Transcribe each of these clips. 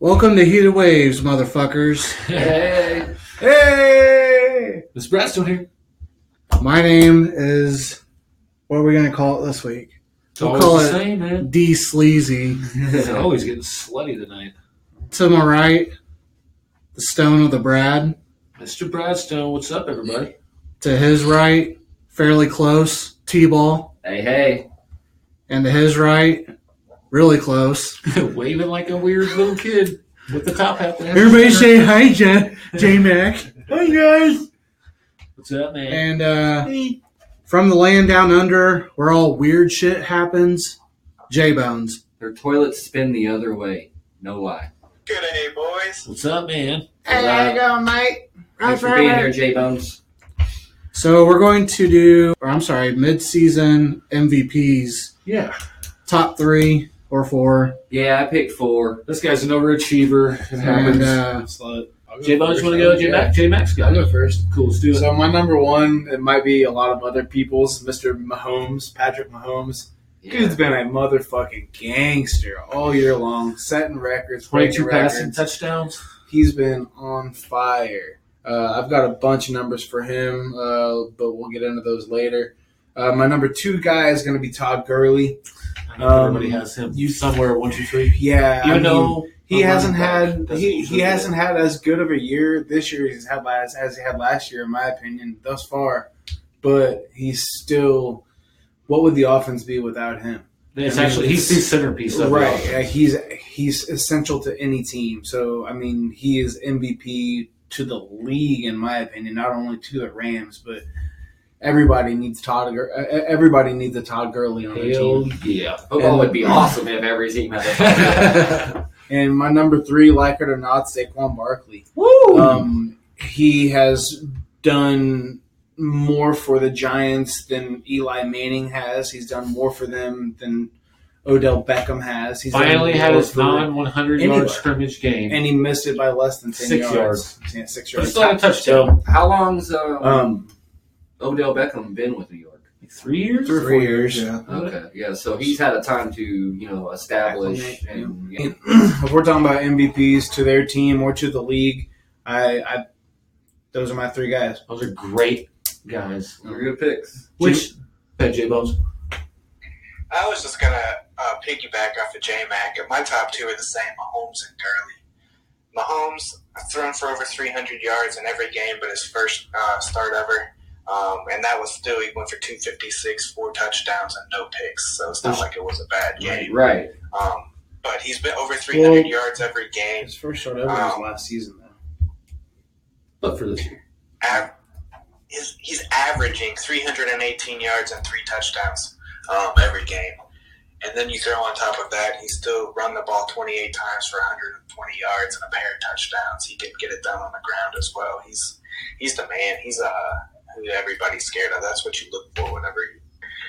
Welcome to Heated Waves, motherfuckers. Hey, Hey! this is Bradstone here. My name is. What are we going to call it this week? It's We'll always call the it- same, man. D Sleazy. It's always getting slutty tonight. To my right, the Stone of the Brad. Mr. Bradstone, what's up, everybody? To his right, fairly close, T Ball. Hey, hey. And to his right, really close. Waving like a weird little kid with the top hat. there. Everybody say hi, J Mac. Hi, guys. What's up, man? And uh, from the land down under, where all weird shit happens, J Bones. Their toilets spin the other way. No lie. Good day, boys. What's up, man? Hey, there you go, mate. Thanks for being here, J Bones. So we're going to do, or I'm sorry, mid-season MVPs, Yeah. top three or four. Yeah, I picked four. This guy's an overachiever. It And happens. uh, Slut. I'll go J Bones, first. you want to go? Oh, Yeah. J Mac? J Mac's got I'll it. go first. Cool, let's do it. So my number one, it might be a lot of other people's, Mr. Mahomes, Patrick Mahomes. Dude's Yeah. been a motherfucking gangster all year long, setting records, 22 breaking passing records. touchdowns. He's been on fire. Uh, I've got a bunch of numbers for him, uh, but we'll get into those later. Uh, my number two guy is going to be Todd Gurley. I think Um, everybody has him. You somewhere, one, two, three. Yeah, I Even mean, though he a hasn't running had back doesn't he, usually he do hasn't had as good of a year this year as had last as he had last year in my opinion thus far, but he's still. What would the offense be without him? that. It's I mean, actually, he's the centerpiece of right, it. yeah, he's he's essential to any team. So I mean, he is MVP to the league in my opinion, not only to the Rams, but everybody needs Todd. Gur- uh, Everybody needs a Todd Gurley on their team. Hell yeah. Football would be awesome if every team had that. uh, And my number three, like it or not, Saquon Barkley. Woo! Um, he has done more for the Giants than Eli Manning has. He's done more for them than Odell Beckham has. He's done Finally had more his for- non 100 anybody. yard scrimmage game. and he missed it by less than ten Six yards. Yeah, six But he yards. still had a touchdown. How long's um, Um, Odell Beckham been with New York? Like three years? three or four years. yeah. Okay, yeah, so he's had a time to, you know, establish Acclimate, and yeah. And if we're talking about MVPs to their team or to the league, I, I those are my three guys. Those are great guys. They're good picks. Which, Hey, J Bones. I was just gonna uh, piggyback off of J Mac, and my top two are the same: Mahomes and Gurley. Mahomes thrown for over 300 yards in every game, but his first uh, start ever, um, and that was still he went for 256, four touchdowns, and no picks. So it's not like it was a bad game. Right. Um, but he's been over 300 Well- yards every game. His first shot ever was last season, though. But for this year. av- he's, he's averaging 318 yards and three touchdowns um, every game. And then you throw on top of that, he still run the ball 28 times for 120 yards and a pair of touchdowns. He did get it done on the ground as well. He's he's the man. He's uh, who everybody's scared of. That's what you look for whenever you're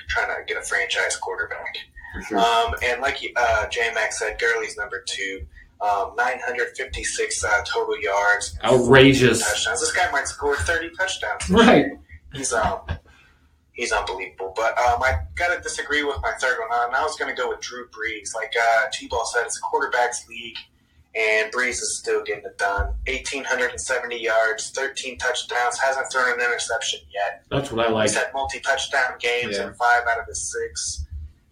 trying to get a franchise quarterback. For sure. Um, and like uh, J Mac said, Gurley's number two. Um, 956 uh, total yards. and Outrageous. touchdowns. This guy might score 30 touchdowns. Right. He's um, he's unbelievable. But um, I gotta disagree with my third one. And I was gonna go with Drew Brees. Like uh, T-Ball said, it's a quarterbacks league, and Brees is still getting it done. 1,870 yards, 13 touchdowns. Hasn't thrown an interception yet. That's what I like. He's had multi-touchdown games Yeah. in five out of his six,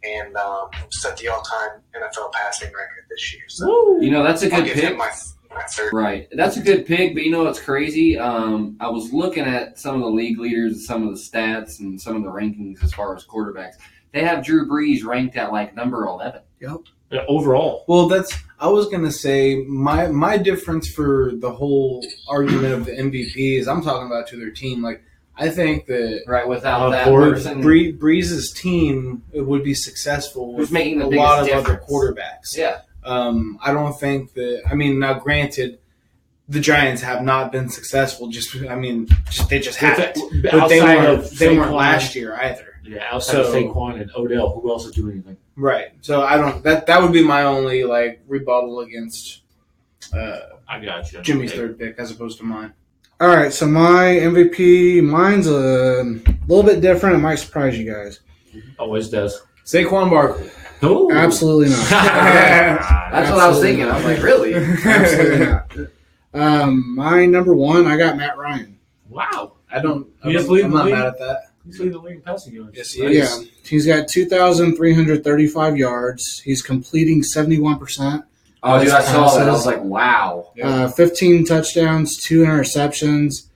and um, set the all-time NFL passing record this year. So You know, that's a I'll good give pick. him my my third. Right. That's a good pick, but you know what's crazy? Um, I was looking at some of the league leaders and some of the stats and some of the rankings as far as quarterbacks. They have Drew Brees ranked at like number 11. Yeah, Overall. Well, that's I was gonna say my my difference for the whole argument of the MVP is I'm talking about to their team. Like I think that Right. Without Of that course. person. Bree, Breeze's team would be successful Who's with making the a biggest lot of other difference. quarterbacks. Yeah. Um, I don't think that. I mean, now granted, the Giants have not been successful. Just I mean, just they just haven't. But they weren't. They weren't last year either. Yeah, outside of So- Saquon and Odell, who else would do anything? Right. So I don't. That that would be my only like rebuttal against uh, I got you. Jimmy's third pick as opposed to mine. All right, so my MVP, mine's a little bit different. It might surprise you guys. Always does. Saquon Barkley. Oh, Absolutely not. That's what I was thinking. I was like, really? Absolutely not. Um, my number one, I got Matt Ryan. Wow. I don't. I You just don't- leave I'm the not league? mad at that. He's leading the league in passing yards. Yes, he yeah. is. Yeah, he's got 2,335 yards. He's completing 71%, Oh, dude, I saw that. I was like, wow. uh, 15 touchdowns, two interceptions,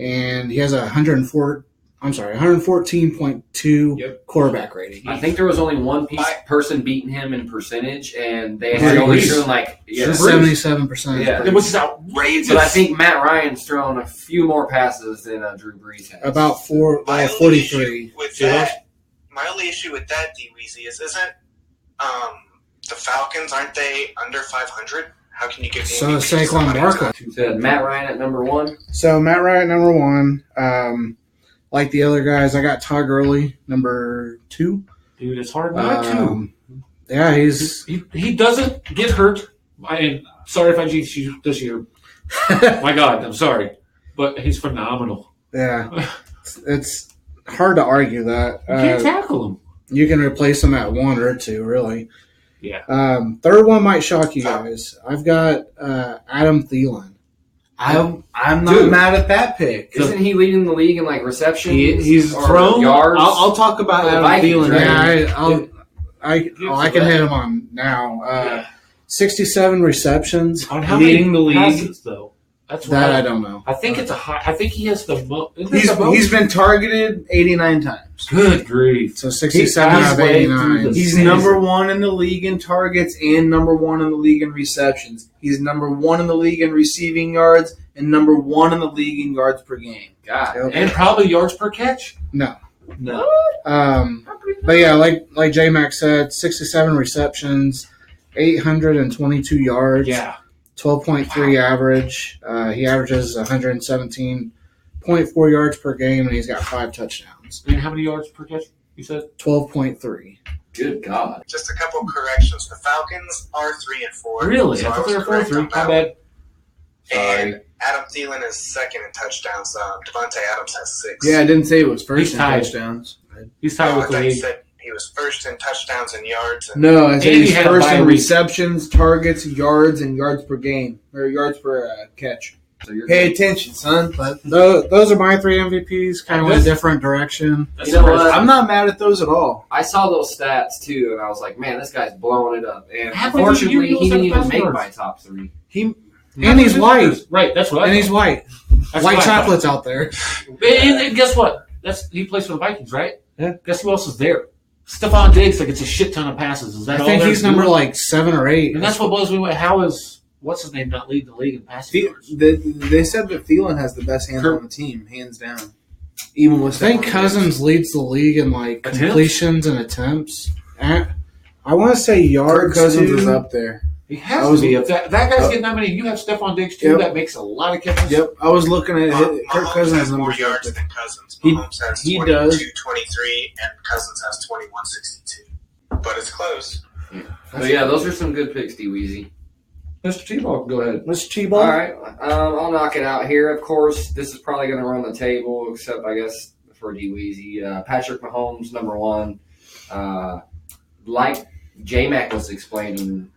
and he has a 104. I'm sorry, 114.2 Yep. quarterback rating. I think there was only one piece, I- person beating him in percentage, and they Drew had only Brees. thrown like yeah. Drew Brees. 77%. Yeah. Which is outrageous. But I think Matt Ryan's thrown a few more passes than uh, Drew Brees has. About four, My uh, only 43. issue With Yeah. that, my only issue with that, D Weezy, is isn't um, the Falcons aren't they under five hundred? How can you give the So MVP to Saquon somebody Barkley. So Matt Ryan at number one. So Matt Ryan number one. Um, like the other guys, I got Todd Gurley number two. dude, it's hard Uh, not to. Um, yeah, he's He, he doesn't get hurt. I am sorry if I jinxed you this year. My God, I'm sorry. But he's phenomenal. yeah. It's, it's hard to argue that You can't uh, tackle him. you can replace him at one or two, really. Yeah. Um, third one might shock you guys. I've got uh, Adam Thielen. I'm. I'm not Dude. mad at that pick. Isn't he leading the league in like receptions? He, he's or thrown. I'll, yards. I'll talk about The Adam Vikings, Thielen. right? Yeah, I, I'll, I oh, I can hit him on now. Uh, Yeah. Sixty-seven receptions. On how many Leading the league. passes, though? That's what That I, I don't know. I think it's a high. I think he has the most. He's, he's been targeted 89 times. good grief. So sixty-seven He's out of way through eighty-nine. the He's Season. number one in the league in targets and number one in the league in receptions. He's number one in the league in receiving yards and number one in the league in yards per game. God. Yep. And probably yards per catch. No. Um, but yeah, like like J Mac said, sixty-seven receptions, eight hundred and twenty-two yards, Yeah. twelve point three average. Uh, he averages one hundred and seventeen point four yards per game, and he's got five touchdowns, And how many yards per catch? You said twelve point three. Good God. Just a couple corrections. The Falcons are three and four. really? so I thought they was were four correct three. on My that one. bad. And Adam Thielen is second in touchdowns. Um, Devontae Adams has six. Yeah, I didn't say it was first He's in tied. touchdowns. He's tied Oh, I with the thought you league. said he was first in touchdowns and yards. And No, I And said he he's had a first bye in week. receptions, targets, yards, and yards per game or yards per uh, catch. So you're Pay attention, son. But Those, those are my three MVPs. Kind of went a different direction. That's You know impressive. what? I'm not mad at those at all. I saw those stats too, and I was like, man, this guy's blowing it up. And How many unfortunately, years he didn't has even make Buzzards? my top three. He and he's white, Right. That's what. I and he's thought. white. white That's what I thought. chocolates out there. And, and guess what? That's he plays for the Vikings, right? Yeah. Guess who else is there? Stephon Diggs that gets a shit ton of passes. Is that I all think they're he's number doing? like seven or eight. And that's what blows me away. How is what's his name not leading the league in passing They, yards? they, they said that Thielen has the best hands Kirk- on the team, hands down. Even I with think Stephon Cousins leads the league in like Attempts? completions and attempts. Eh, I want to say Diggs. Kirk yards. Cousins too. is up there. He has I was- to be. If that, that guy's Uh, getting that many, you have Stephon Diggs too. Yep. That makes a lot of catches. Yep, I was looking at Mah- it. Kirk Mahomes Cousins has more numbers. up yards there. than Cousins. He- Mahomes has he 22, does. 23, and Cousins has 21, 62. But it's close. So yeah, those are some good picks, D Weezy. Mr. T-Ball, go ahead. Let's cheap All right, um, I'll knock it out here. Of course, this is probably going to run the table, except I guess for D Weezy. Uh, Patrick Mahomes, number one. Uh, like J Mac was explaining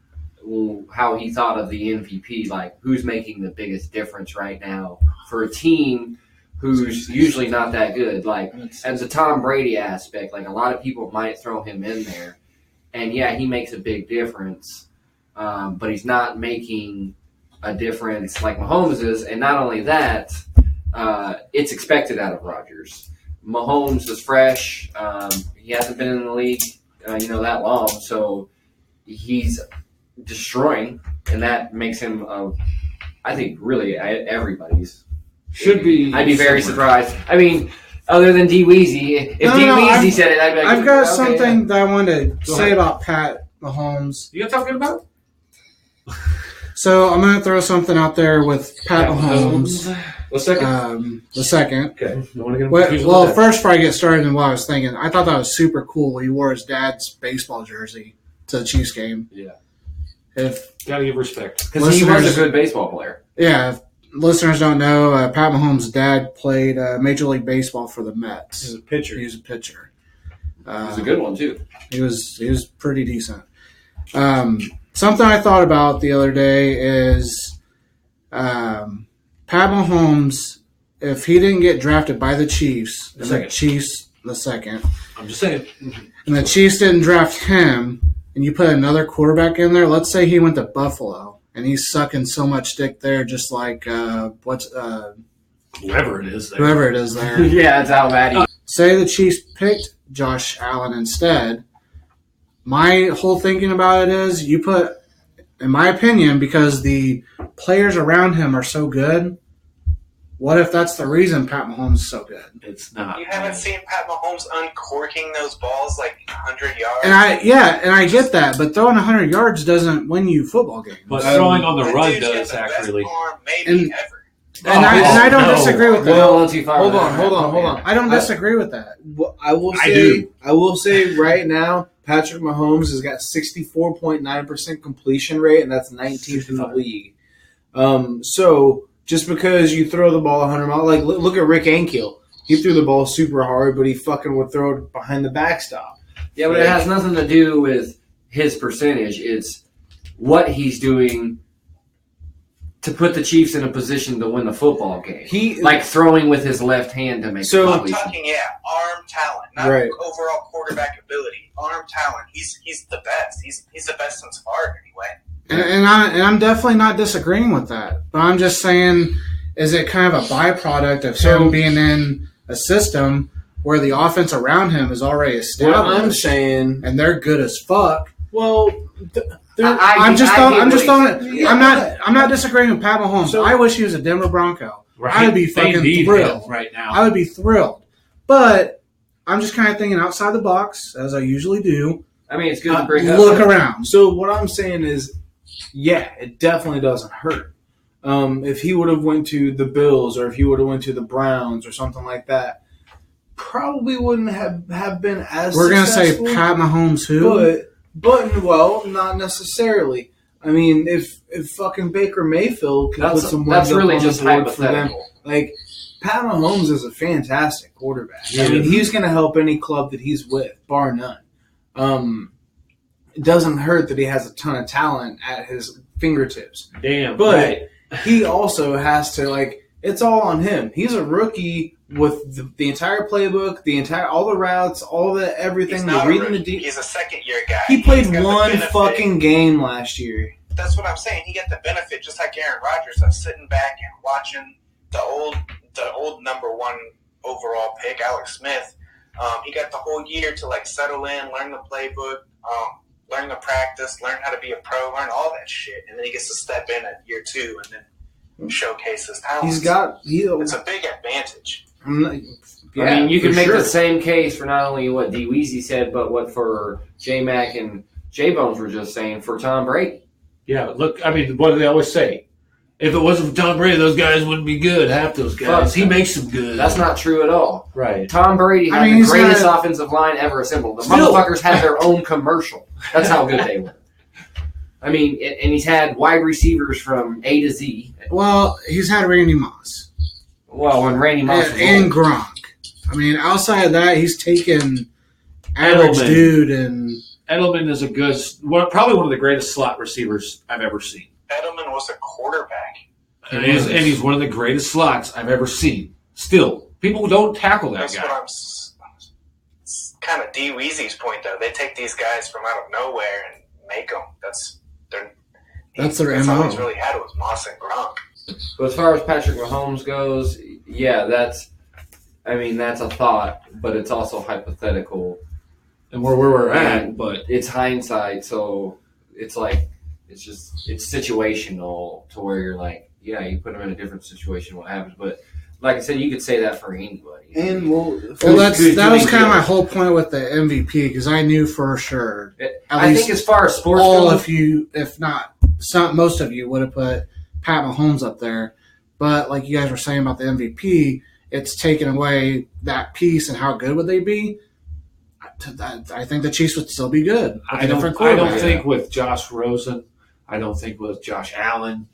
well, how he thought of the MVP, like who's making the biggest difference right now for a team who's usually not that good. Like, as a Tom Brady aspect, like a lot of people might throw him in there, and yeah, he makes a big difference, um, but he's not making a difference like Mahomes is. And not only that, uh, it's expected out of Rodgers. Mahomes is fresh; um, he hasn't been in the league, uh, you know, that long, so he's destroying, and that makes him, uh, I think, really I- everybody's Should be. I'd be very somewhere. surprised. I mean, other than D Weezy, if No, D no, Weezy I've- said it, I'd be like, I've got okay, something yeah. that I wanted to Go say ahead. about Pat Mahomes. You know what I'm talking about? So I'm going to throw something out there with Pat Yeah, Mahomes. What's second? Um, the second. okay. No one get Well, confused with well, that. first, before I get started, in what I was thinking, I thought that was super cool. He wore his dad's baseball jersey to the Chiefs game. Yeah. If gotta give respect. because he was listeners- a good baseball player. Yeah, if listeners don't know, uh, Pat Mahomes' dad played uh, Major League Baseball for the Mets. a pitcher. He was a pitcher. Uh, It was a good one too. He was he was pretty decent. Um, something I thought about the other day is um, Pat Mahomes. If he didn't get drafted by the Chiefs, The and the second. Chiefs the second, I'm just saying. and the Chiefs didn't draft him, and you put another quarterback in there. Let's say he went to Buffalo, and he's sucking so much dick there, just like uh, what's uh, Whoever it is, there. whoever it is there. yeah, that's how bad he. Uh, say the Chiefs picked Josh Allen instead, my whole thinking about it is you put, in my opinion, because the players around him are so good. What if that's the reason Pat Mahomes is so good? it's not. You haven't seen Pat Mahomes uncorking those balls like 100 yards? And I, yeah, and I get that, but throwing 100 yards doesn't win you football games. But Um, throwing on the That run dude's got does the best accurately. arm maybe And- ever. and, I, and I don't no. disagree with that. Well, let's see if I Hold were- on, hold on, hold on. I don't I- disagree with that. Well, I will I say, I, do. will say right now, Patrick Mahomes has got sixty four point nine percent completion rate, and that's nineteenth in the 65. league. Um, so just because you throw the ball hundred miles, like look, look at Rick Ankiel, he threw the ball super hard, but he fucking would throw it behind the backstop. Yeah, but it has nothing to do with his percentage. It's what he's doing to put the Chiefs in a position to win the football game. He Like throwing with his left hand to make So- so, I'm talking, yeah, arm talent, not Right. overall quarterback ability. Arm talent. He's he's the best. He's he's the best since Favre anyway. And, and, I, and I'm definitely not disagreeing with that. But I'm just saying, is it kind of a byproduct of So- him being in a system where the offense around him is already what I'm established saying. and they're good as fuck? Well, th- there- I, I'm just I throwing, get I'm what just he's- throwing it. Yeah. I'm not I'm not disagreeing with Pat Mahomes. So- I wish he was a Denver Bronco. Right? I'd be They fucking need thrilled. him right now. I would be thrilled. But I'm just kind of thinking outside the box as I usually do. I mean, it's good Uh, to bring up. Look around. So what I'm saying is, yeah, it definitely doesn't hurt. Um, if he would have went to the Bills or if he would have went to the Browns or something like that, probably wouldn't have, have been as. We're gonna say successful, Pat Mahomes who? but but well, not necessarily. I mean, if if fucking Baker Mayfield could put that's some that's wins up really on just the board for them, hypothetical. like Pat Mahomes is a fantastic quarterback. He I mean, is. he's going to help any club that he's with, bar none. Um, it doesn't hurt that he has a ton of talent at his fingertips. Damn. But right. He also has to like it's all on him. He's a rookie with the, the entire playbook, the entire all the routes, all the everything, He's the not a reading the rookie. de- He's a second year guy. He He's played got the one benefit. fucking game last year. That's what I'm saying. He got the benefit, just like Aaron Rodgers, of sitting back and watching the old the old number one overall pick, Alex Smith. Um, he got the whole year to like settle in, learn the playbook, um, learn the practice, learn how to be a pro, learn all that shit, and then he gets to step in at year two and then showcase his talent. He's got he. It's a big advantage. I'm not- yeah, I mean, you can for make sure. the same case for not only what D Weezy said, but what for J Mac and J Bones were just saying for Tom Brady. Yeah, look, I mean, what do they always say? If it wasn't for Tom Brady, those guys wouldn't be good. Half those guys. Fuck. he makes them good. That's not true at all. right. Tom Brady had I mean, the he's greatest not- offensive line ever assembled. The Still. motherfuckers had their own commercial. That's how good they were. I mean, and and he's had wide receivers from A to Z. Well, he's had Randy Moss. Well, when Randy Moss and, was old. and Gronk. I mean, outside of that, he's taken average Edelman. dude and Edelman is a good, one, probably one of the greatest slot receivers I've ever seen. Edelman was a quarterback. And he's, and he's one of the greatest slots I've ever seen. Still, people don't tackle that That's guy. what I'm. s- It's kind of D Weezy's point, though. They take these guys from out of nowhere and make them. That's their. That's their that's all MO. he's really had was Moss and Gronk. But as far as Patrick Mahomes goes, yeah, that's. I mean, that's a thought, but it's also hypothetical. and we're where we're Yeah. at, but It's hindsight, so it's like it's just it's situational to where you're like, yeah, you put him in a different situation, what happens? But like I said, you could say that for anybody. And well, well, Who's that's good that was doing kind of good? my whole point with the MVP because I knew for sure at I least think as far as sports all goes, of you, if not some, most of you, would have put Pat Mahomes up there. But like you guys were saying about the MVP, it's taken away that piece and how good would they be? I, I- I think the Chiefs would still be good. with I a don't, different I don't quarterback. think with Josh Rosen, I don't think with Josh Allen,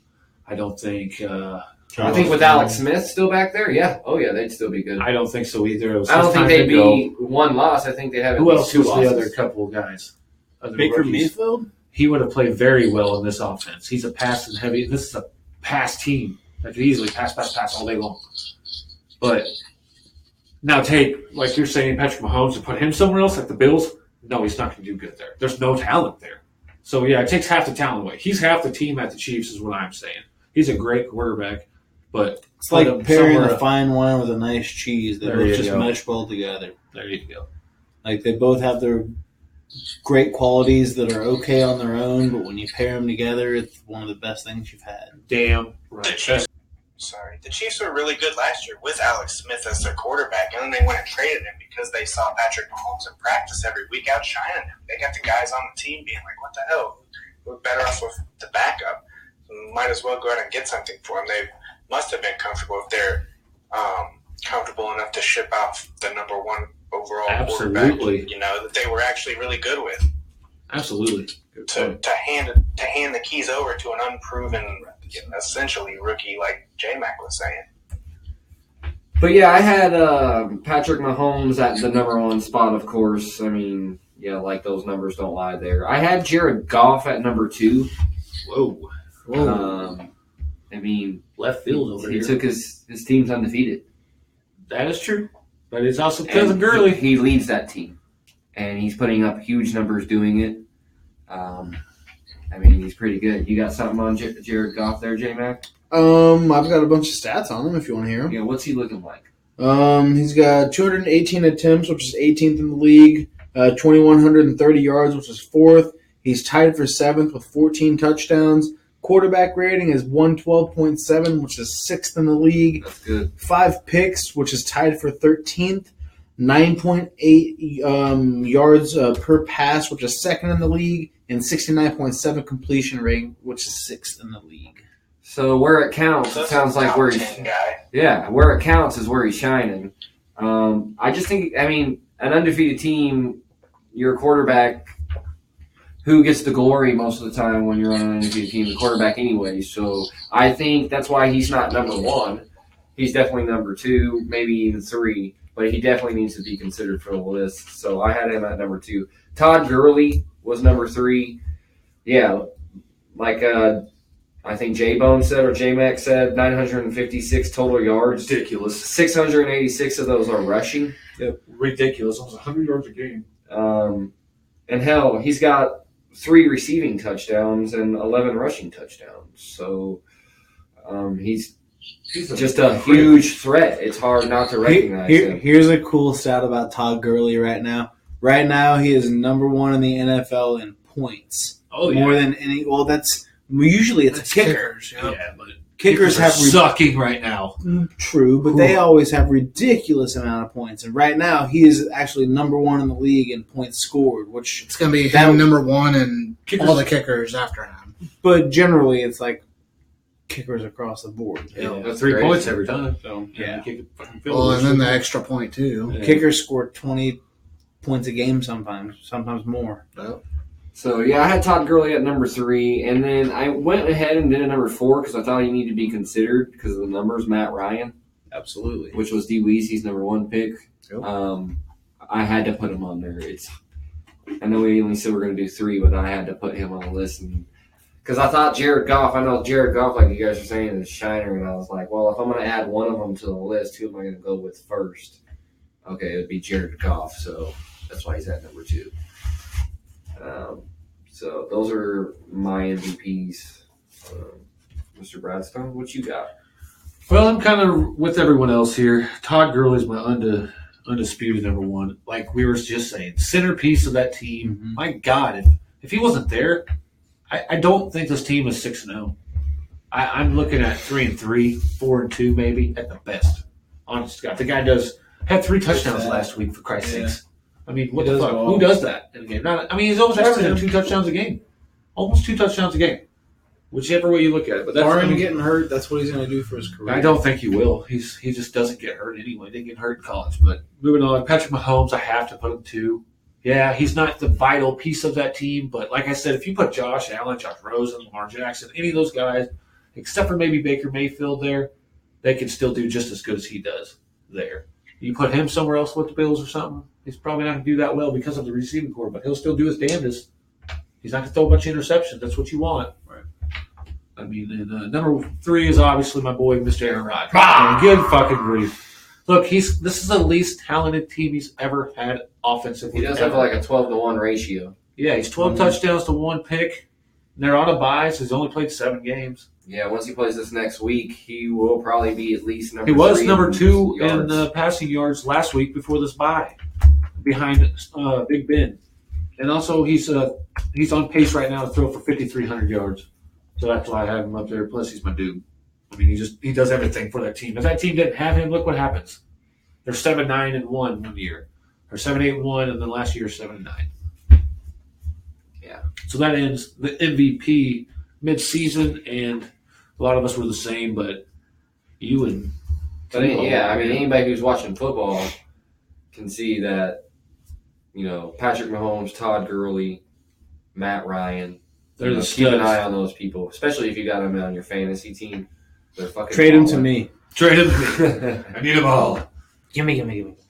I don't think uh, I think with Alex Smith still back there, yeah. Oh yeah, they'd still be good. I don't think so either. It was I don't his think time they'd to go. be one loss. I think they'd have at Who least else two was the losses. other couple guys? Other Baker rookies? Mayfield? He would have played very well in this offense. He's a pass and heavy. This is a pass team that could easily pass, pass, pass all day long. But now take like you're saying Patrick Mahomes and put him somewhere else like the Bills. No, he's not going to do good there. There's no talent there. So yeah, it takes half the talent away. He's half the team at the Chiefs, is what I'm saying. He's a great quarterback, but It's Put like him pairing somewhere- a fine wine with a nice cheese that There will you just go. mesh well together. there you go. Like they both have their great qualities that are okay on their own, but when you pair them together, it's one of the best things you've had. Damn right. That's- Sorry. The Chiefs were really good last year with Alex Smith as their quarterback, and then they went and traded him because they saw Patrick Mahomes in practice every week outshining him. They got the guys on the team being like, what the hell? We're better off with the backup. Might as well go out and get something for him. They must have been comfortable if they're um, comfortable enough to ship out the number one overall Absolutely. quarterback, you know, that they were actually really good with Absolutely. Good to, point. to hand to hand the keys over to an unproven, essentially rookie like J Mac was saying. But yeah, I had uh, Patrick Mahomes at the number one spot, of course. I mean, yeah, like those numbers don't lie there. I had Jared Goff at number two. Whoa. Um, I mean, Left field over he here. took his his team's undefeated. That is true. But it's also And because of Gurley. He, he leads that team, and he's putting up huge numbers doing it. Um, I mean, he's pretty good. You got something on J- Jared Goff there, J Mac? Um, I've got a bunch of stats on him if you want to hear them. Yeah, what's he looking like? Um, he's got 218 attempts, which is 18th in the league. Uh, 2130 yards, which is fourth. He's tied for seventh with 14 touchdowns. Quarterback rating is 112.7, which is sixth in the league. That's good. Five picks, which is tied for 13th. 9.8 um, yards uh, per pass, which is second in the league, and 69.7 completion rate, which is sixth in the league. So where it counts, So it that's sounds a like top where he's 10 guy. Yeah, where it counts is where he's shining. Um, I just think, I mean, an undefeated team, your quarterback, who gets the glory most of the time when you're on an undefeated team? The quarterback, anyway. So I think that's why he's not number one. He's definitely number two, maybe even three, but he definitely needs to be considered for the list. So I had him at number two. Todd Gurley was number three. Yeah, like uh, I think J Bone said or J Mac said, 956 total yards. Ridiculous. 686 of those are rushing. Ridiculous. Almost 100 yards a game. Um, and hell, he's got three receiving touchdowns and 11 rushing touchdowns. So um, he's He's just a huge threat. It's hard not to recognize Here- here- him. here's a cool stat about Todd Gurley right now. Right now, he is number one in the NFL in points. Oh, More than any. Well, that's usually it's That's kickers. you know? Yeah, but Kickers have re- sucking right now. true, but they always have ridiculous amount of points. And right now, he is actually number one in the league in points scored. Which, It's going to be him That- number one and Kickers- all the kickers after him. but generally, it's like kickers across the board. Yeah, that's three crazy. points every time. So Yeah. yeah, Well, and then the extra point, too. kickers score twenty points a game sometimes, sometimes more. So yeah, I had Todd Gurley at number three, and then I went ahead and did a number four because I thought he needed to be considered because of the numbers. Matt Ryan, Absolutely. which was D. Weezy's number one pick. Yep. Um, I had to put him on there. It's I know we only said we're going to do three, but I had to put him on the list because I thought Jared Goff. I know Jared Goff, like you guys are saying, is a shiner, and I was like, well, if I'm going to add one of them to the list, who am I going to go with first? Okay, it would be Jared Goff, so that's why he's at number two. Um, so those are my MVPs. Um, Mr. Bradstone, what you got? Well, I'm kind of with everyone else here. Todd Gurley's my unde, undisputed number one. Like we were just saying, centerpiece of that team. Mhm. My God, if, if he wasn't there, I, I don't think this team is six and zero. I- I'm looking at three and three, four and two, maybe at the best. Honest to God, the guy does had three touchdowns last week for Christ's Yeah. sakes. I mean, what He the does fuck? well. Who does that in a game? Not, I mean, he's almost Just averaging him. two touchdowns a game, almost two touchdowns a game, whichever way you look at it. But that's I Barring mean, getting hurt, that's what he's going to do for his career. I don't think he will. He's he just doesn't get hurt anyway. Didn't get hurt in college. But moving on, Patrick Mahomes, I have to put him two. Yeah, he's not the vital piece of that team, but like I said, if you put Josh Allen, Josh Rosen, Lamar Jackson, any of those guys, except for maybe Baker Mayfield there, they could still do just as good as he does there. You put him somewhere else with the Bills or something, he's probably not going to do that well because of the receiving core, but he'll still do his damnedest. He's not going to throw a bunch of interceptions. That's what you want. Right. I mean, and, uh, number three is obviously my boy, Mr. Aaron Rodgers. Man, Good fucking grief. Look, he's this is the least talented team he's ever had offensively. He does ever. have like a Mm-hmm. twelve to one ratio. Yeah, he's 12 Mhm. touchdowns to one pick. And they're on a bye, so he's only played seven games. Yeah, once he plays this next week, he will probably be at least number. he was three number in two in yards. the passing yards last week before this bye, behind uh, Big Ben. And also, he's uh, he's on pace right now to throw for 5,300 yards. So that's why I have him up there. Plus, he's my dude. I mean, he just he does everything for that team. If that team didn't have him, look what happens. They're seven nine and one one year, or seven eight and one, and then last year seven and nine. Yeah. So that ends the MVP midseason, and a lot of us were the same, but you and But any- yeah, I mean, anybody who's watching football can see that, you know, Patrick Mahomes, Todd Gurley, Matt Ryan. They're you the know, keep an studs. eye on those people, especially if you got them on your fantasy team. They're fucking Trade him to balling. me. Trade him. yeah, I need them all. Gimme, gimme, gimme.